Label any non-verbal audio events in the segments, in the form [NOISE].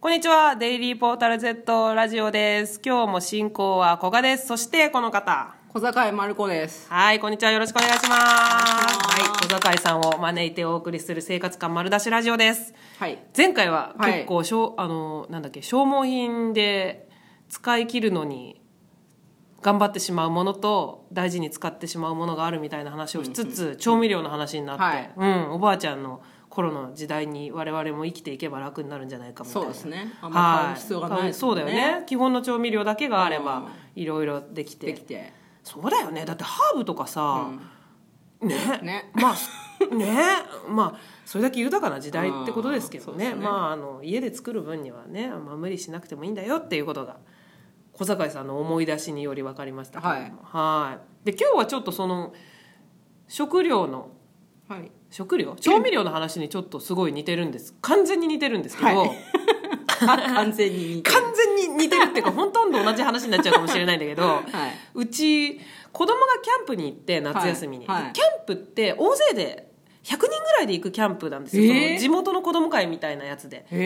こんにちは、デイリーポータル Z ラジオです。今日も進行は古賀です。そしてこの方。小坂井丸子です。はい、こんにちは。よろしくお願いします。はい、い小坂井さんを招いてお送りする生活感丸出しラジオです。はい。前回ははい結構、しょうあの、なんだっけ、消耗品で使い切るのに頑張ってしまうものと大事に使ってしまうものがあるみたいな話をしつつ、調味料の話になって、うん、おばあちゃんの頃の時代に我々も生きていけば楽になるんじゃないかみたいな。そうですね。あんま買う必要がないはでい、すそもうんだね、よね基本の調味料だけがあれうばんいろいろできてできて。そうだよねだってハーブとかさ、ねねまあねまあそれだけ豊かな時代ってことですけどうんね,、そうですねまああの家で作る分にはね、まあ、無理しなくてもいいんだよっていうことが小坂井さんの思い出しにより分かりましたけれどもはいで今日はちょっとその食料のはい。食料調味料の話にちょっとすごい似てるんです完全に似てるんですけど、はい完全に似 [LAUGHS] てる完全に似てるっていうかほとんど同じ話になっちゃうかもしれないんだけど、 [LAUGHS] うち子供がキャンプに行って夏休みに、はいはいキャンプって大勢で100人ぐらいで行くキャンプなんですよ、えーその地元の子供会みたいなやつで、へ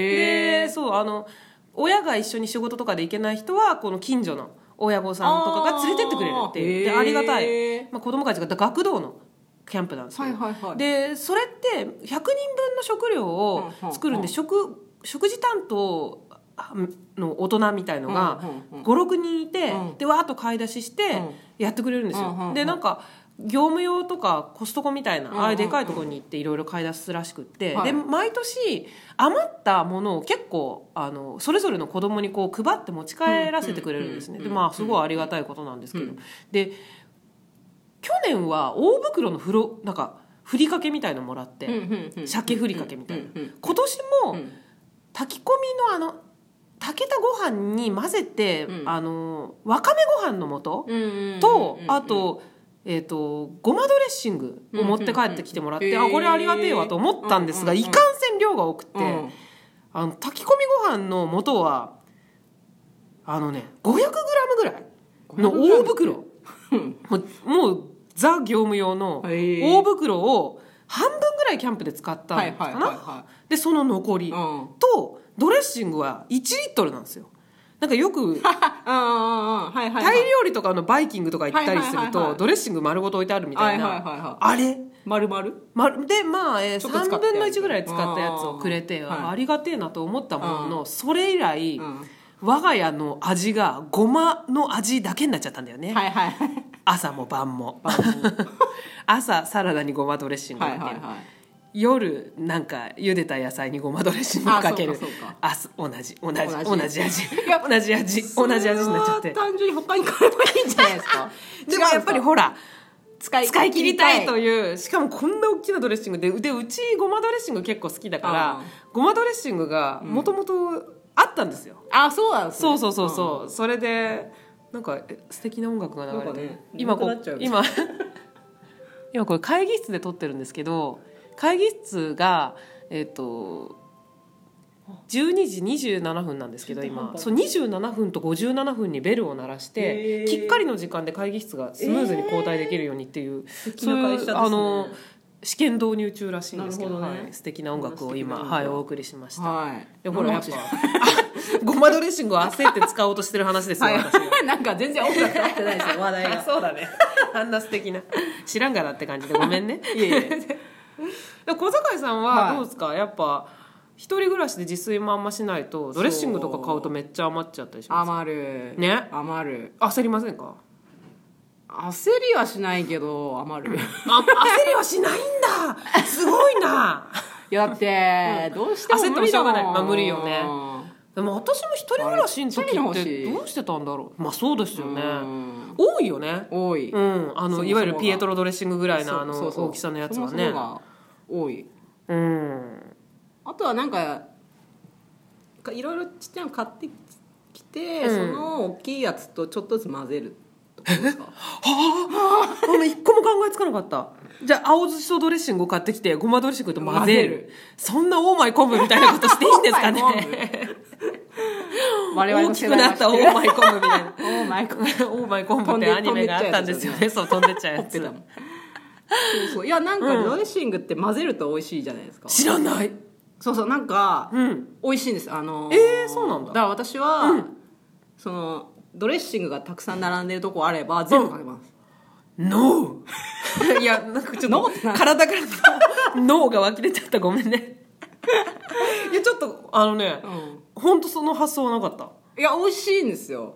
ーでそうあの親が一緒に仕事とかで行けない人はこの近所の親御さんとかが連れてってくれるっていうであーありがたへい、まあ、子供たちが学童のキャンプなんですよ、はいはいはいでそれって100人分の食料を作るんで、うんうんうん食食事担当の大人みたいのがうんうんうん56人いて、うんでわーっと買い出ししてうんやってくれるんですよ、うんうんうんでなんか業務用とかコストコみたいな、うんうんうんああいうでかいところに行っていろいろ買い出すらしくって、はいで毎年余ったものを結構あのそれぞれの子供にこう配って持ち帰らせてくれるんですね、うんうんうでんまあすごいありがたいことなんですけど、うんで去年は大袋の風呂なんかふりかけみたいのもらって、うん鮭ふりかけみたいな、うんうん今年も、うん炊き込みのあの炊けたご飯に混ぜて、うんあのわかめご飯の素、うんうんうんとうんうんあと,、えー、とごまドレッシングを持って帰ってきてもらって、うんうんうんあこれありがてえわと思ったんですが、うんうんいうんかんせん量が多くて、うんあの炊き込みご飯の素はあのね 500g ぐらいの大袋うんもうもうザ業務用のへー大袋を半分ぐらいキャンプで使ったのはかな、いはいはいはでその残り、い。うん。とドレッシングは1リットルなんですよなんかよくあああはいはいはタい。イ料理とかのバイキングとか行ったりすはいるはいはいはといドレッシング丸ごと置いてあるみたいな、はいはいはいはいあれまるまる。まるでまあ、えー、ちょっと使3ったやつ分の1ぐらい使ったやつをくれてあーはいありがてえなと思ったもののそれ以来、うん我が家の味がごまの味だけになっちゃったんだよね、[LAUGHS] はいはいはい。朝も晩も [LAUGHS] 朝サラダにごまドレッシングはだいけ、はいはい。夜なんか茹でた野菜にごまドレッシングをかけあるそうかそうかあす同じ同じ同同じじ味いや同じ味同じ味になっちゃって。それは単純に他に買えばいいんじゃ [LAUGHS] ないですかでもやっぱり違うんほらですか使い切りたいとう。いうしかもこんな大きなドレッシングででうちごまドレッシング結構好きだかうらんごまドレッシングがもともとあったんですよ、あ、そうなんですねそうそうそうそう、それでなんかえ素敵な音楽が流れなて、んかね今こ眠くなっちゃうう今 [LAUGHS] 今これ会議室で撮ってるんですけど会議室がえっ、と12時27分なんですけど中途半今端そう27分と57分にベルを鳴らしてへーきっかりの時間で会議室がスムーズに交代できるようにっていう、敵そなうい会う社ですねあの試験導入中らしいんですけどなるほどねはい、素敵な音楽をこ今、んな素敵な音楽はい、お送りしました。はい。でほらやっぱ [LAUGHS] ごまドレッシングを焦って使おうとしてる話ですよ、私がはい、 [LAUGHS] なんか全然音楽合ってないですよ話題がそうだ [LAUGHS] ねあんな素敵な知らんがなって感じでごめん [LAUGHS] ねいえいえで小坂井さんははいどうですか、やっぱ一人暮らしで自炊もあんましないとドレッシングとか買うとめっちゃ余っちゃったりします [LAUGHS] 余るね余る焦りませんか焦りはしないけど [LAUGHS] 余るあ焦りはしないんだすごいないやだってどうしても焦ってもしょうがない無理だんまあ無理よねでも私も一人暮らしの時あれ一人のっ欲していどうしてたんだろうまあそうですよねうん多いよね多い、うん、あそもそのもいわゆるピエトロドレッシングぐらいそのあのそうそう大きさのやつはねそもそもが多いうんあとはなんかかいろいろちっちゃいの買ってきて、うんその大きいやつとちょっとずつ混ぜるってことですかごめん一個も考えつかなかったじゃあ青じそドレッシングを買ってきてごまドレッシングと混ぜる混ぜるそんなオーマイ昆布みたいなことしていいんですかねオーマイ昆我々 [LAUGHS] 大のき世く代なはったオーマイ昆布みた [LAUGHS] いなオーマイ昆布オーマイ昆布ってアニメがあったんですよねそう飛んでっちゃうやほっぺつだもんそうそういやなんかドレッシングって混ぜると美味しいじゃないですか、知らないそうそうなんかうん美味しいんですあのえーそうなんだだから私は、そのドレッシングがたくさん並んでるとこあれば全部かけます、ノーいやなんかちょっと体からノーが湧き出ちゃったごめんねいやちょっとあのねうん本当その発想はなかったいや美味しいんですよ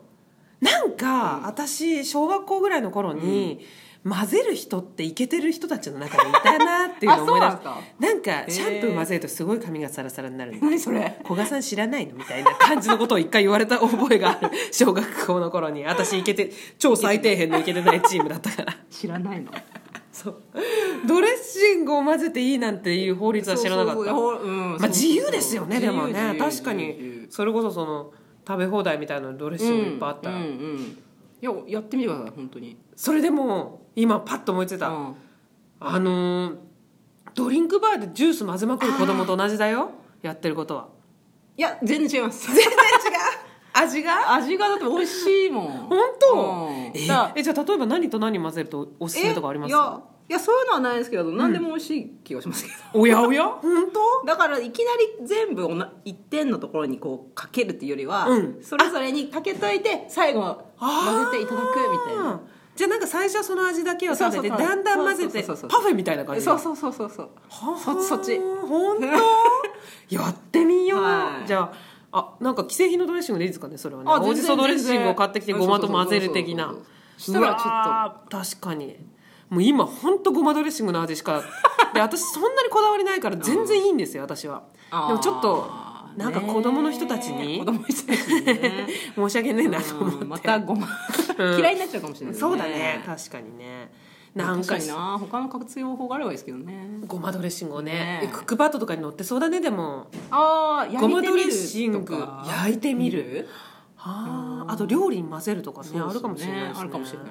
なんか、私小学校ぐらいの頃に、混ぜる人ってイケてる人たちの中にいたなっていうのを思い出あしそうなたんなんかーシャンプー混ぜるとすごい髪がサラサラになるんだ何それ古賀さん知らないのみたいな感じのことを一回言われた覚えが [LAUGHS] ある小学校の頃に私イケて超最底辺のイケてないチームだったから知らないのそうドレッシングを混ぜていいなんていう法律は知らなかったそうそううんまあ、自由ですよねそうでそうもね自由自確由か自由にそれこそその食べ放題みたいなドレッシングいっぱいあったら、うんうんうんいややってみてください本当にそれでも今パッと思いついた、うんあのードリンクバーでジュース混ぜまくる子供と同じだよやってることはいや全然違います全然違う [LAUGHS] 味が味がだって美味しいもん本当、うんえだからえじゃあ例えば何と何混ぜるとおすすめとかありまえいすやいやそういうのはないですけど何でも美味しい気がしますけど、おやおや本当だからいきなり全部おな一点のところにこうかけるっていうよりは、うんそれぞれにかけといて最後混ぜていただくみたいなじゃあなんか最初はその味だけを食べてそうそうそうだんだん混ぜてそうそうそうそうパフェみたいな感じそうそうそうそうそうはそそっち本 [LAUGHS] 当やってみよう、はいじゃああなんか既製品のドレッシングでいいですかねそれはね [LAUGHS] あ青じそドレッシングを買ってきてごまと混ぜる的なそうそうそうそうそうそうしたらちょっと確かにもう今ほんとごまドレッシングの味し [LAUGHS] かで私そんなにこだわりないから全然いいんですよ私はあーでもちょっとねなんか子供の人たちに子供の人たちにね申し訳ねえ [LAUGHS] なと思って、うんまた [LAUGHS] ごまうん嫌いになっちゃうかもしれない、そうだね確かにねなんか確かにな他の活用法があればいいですけどねごまドレッシングをねねええクックパッドとかに乗ってそうだねでもああごまドレッシング焼いてみるあーあと料理に混ぜるとかねあるかもしれないですねあるかもしれない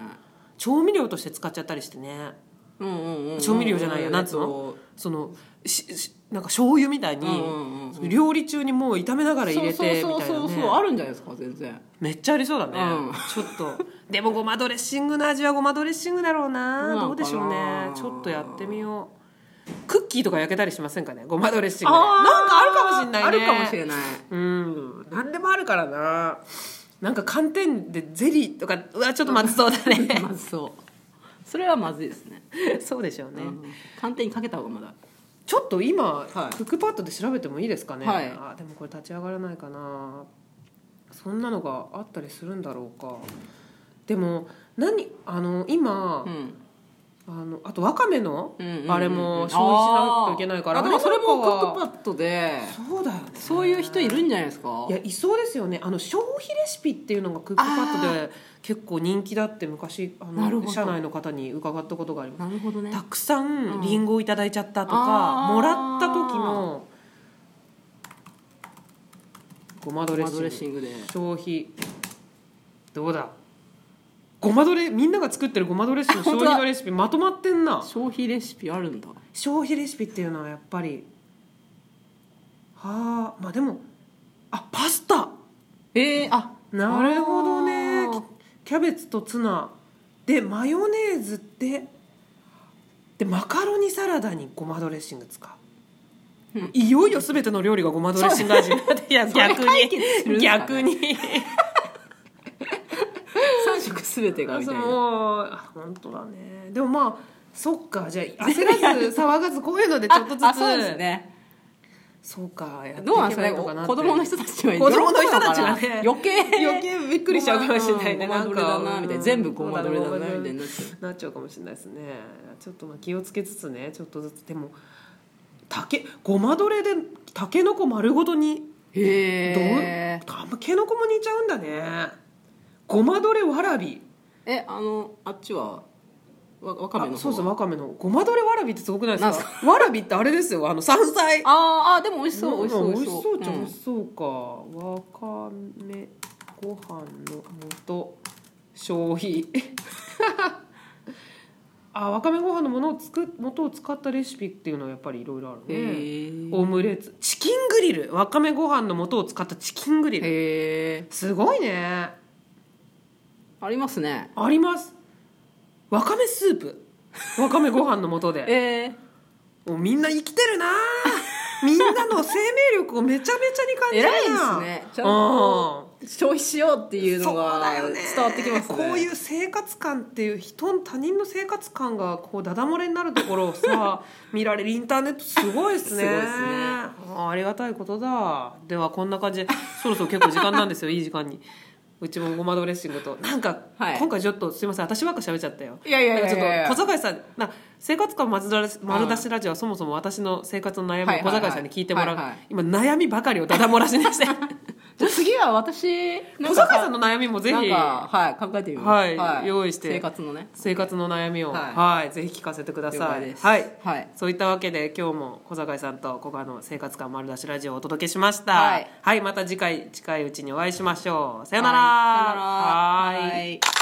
調味料として使っちゃったりしてねうんうんうんうん調味料じゃないやなんつうのそのししなんか醤油みたいに、うんうんうんうん料理中にもう炒めながら入そうれそてみうそうたいそなうそうあねるんじゃないですか全然めっちゃありそうだね、うんちょっとでもごまドレッシングの味はごまドレッシングだろうなどうなのかなどうでしょうねちょっとやってみようクッキーとか焼けたりしませんかねごまドレッシングでーなんかあるかもしれないねあるかもし [LAUGHS] れないうん何でもあるからななんか寒天でゼリーとかうわちょっとまずそうだ [LAUGHS] ねまずそうそれはまずいですねそうでしょうね、うん寒天にかけた方がまだちょっと今、はいクックパッドで調べてもいいですかね、はいあでもこれ立ち上がらないかなそんなのがあったりするんだろうかでも何あの今、うんあのあとわかめの、うんうんうんあれも消費しないといけないからあーあでもそれもクあッのク子はパッドでそうだよねそういう人いるんじゃないですかいやいそうですよねあの消費レシピっていうのがクックパッドで結構人気だって昔あなるほのど社内の方に伺ったことがありますなるほどねたくさんリンゴをいただいちゃったとか、うんもらった時のごまドごレッまシンドグレッシングで消費どうだごまドレみんなが作ってるごまドレッシング本消当だ費のレシピまとまってんな消費レシピあるんだ消費レシピっていうのはやっぱりはあまあでもあパスタえー、あなるほどねあーキキャベツとツナでマヨネーズってでマカロニサラダにごまドレッシング使う、うんいよいよ全ての料理がごまドレッシング味になっていやそれ逆解決するんにすか [LAUGHS] ね逆に3食全てがみたいなそうあ本当だねでもまあそっかじゃあ焦らず騒がずこういうのでちょっとずつああそうですねそうかやっていどうなんでけすばかいねいのかなおって子供の人たちは子供の人たちが喜ぶのねかな余計余計びっくりしちゃうかもしれないねごまどれだなみたいな全部ごまどれだなみたいになっちゃうなっちゃうかもしれないですねちょっとまあ気をつけつつねちょっとずつでもたけごまどれでたけのこ丸ごとにどうへえあんまけのこも煮ちゃうんだねごまどれわらびえあのあっちはわわかめあの方そうそううわかめのごまどれわらびってすごくないですかなんわらびってあれですよあの山菜あーあーでも美味しそう美味しそう美味しそうじゃんん美味しそうかわかめご飯の素消費 [LAUGHS] あわかめご飯のものを作っ元を使ったレシピっていうのはやっぱりいろいろあるねへーオムレツチキングリルわかめご飯の素を使ったチキングリルへえすごいねありますねありますわかめスープわかめご飯の素でえー、 [LAUGHS] もうみんな生きてるなみんなの生命力をめちゃめちゃに感じる偉いでなすねちゃんうんと消費しようっていうのが伝わってきますねこういう生活感っていう人他人の生活感がこうダダ漏れになるところを [LAUGHS] さ見られるインターネットすごいですねすごいですねあありがたいことだではこんな感じでそろそろ結構時間なんですよいい時間にうちもごまドレッシングとなんか、はい今回ちょっとすいません私ばっか喋っちゃったよいやいやいやいやなんかちょっと小坂井さんな生活感丸出し丸出しラジオはそもそも私の生活の悩みを小坂井さんに聞いてもらう、はいはいはい今悩みばかりをダダ漏らしに [LAUGHS] してじゃあ次は私小坂井さんのの悩みもぜなんひかはい考えてみますはい用意して生活のね生活の悩みを、ははいいぜひ聞かせてくだ了さ解い、ですはいはいそういったわけで今日も小坂井さんと古賀の生活感丸出しラジオをお届けしましたはいまた次回近いうちにお会いしましょうさよならはいさよならはーいい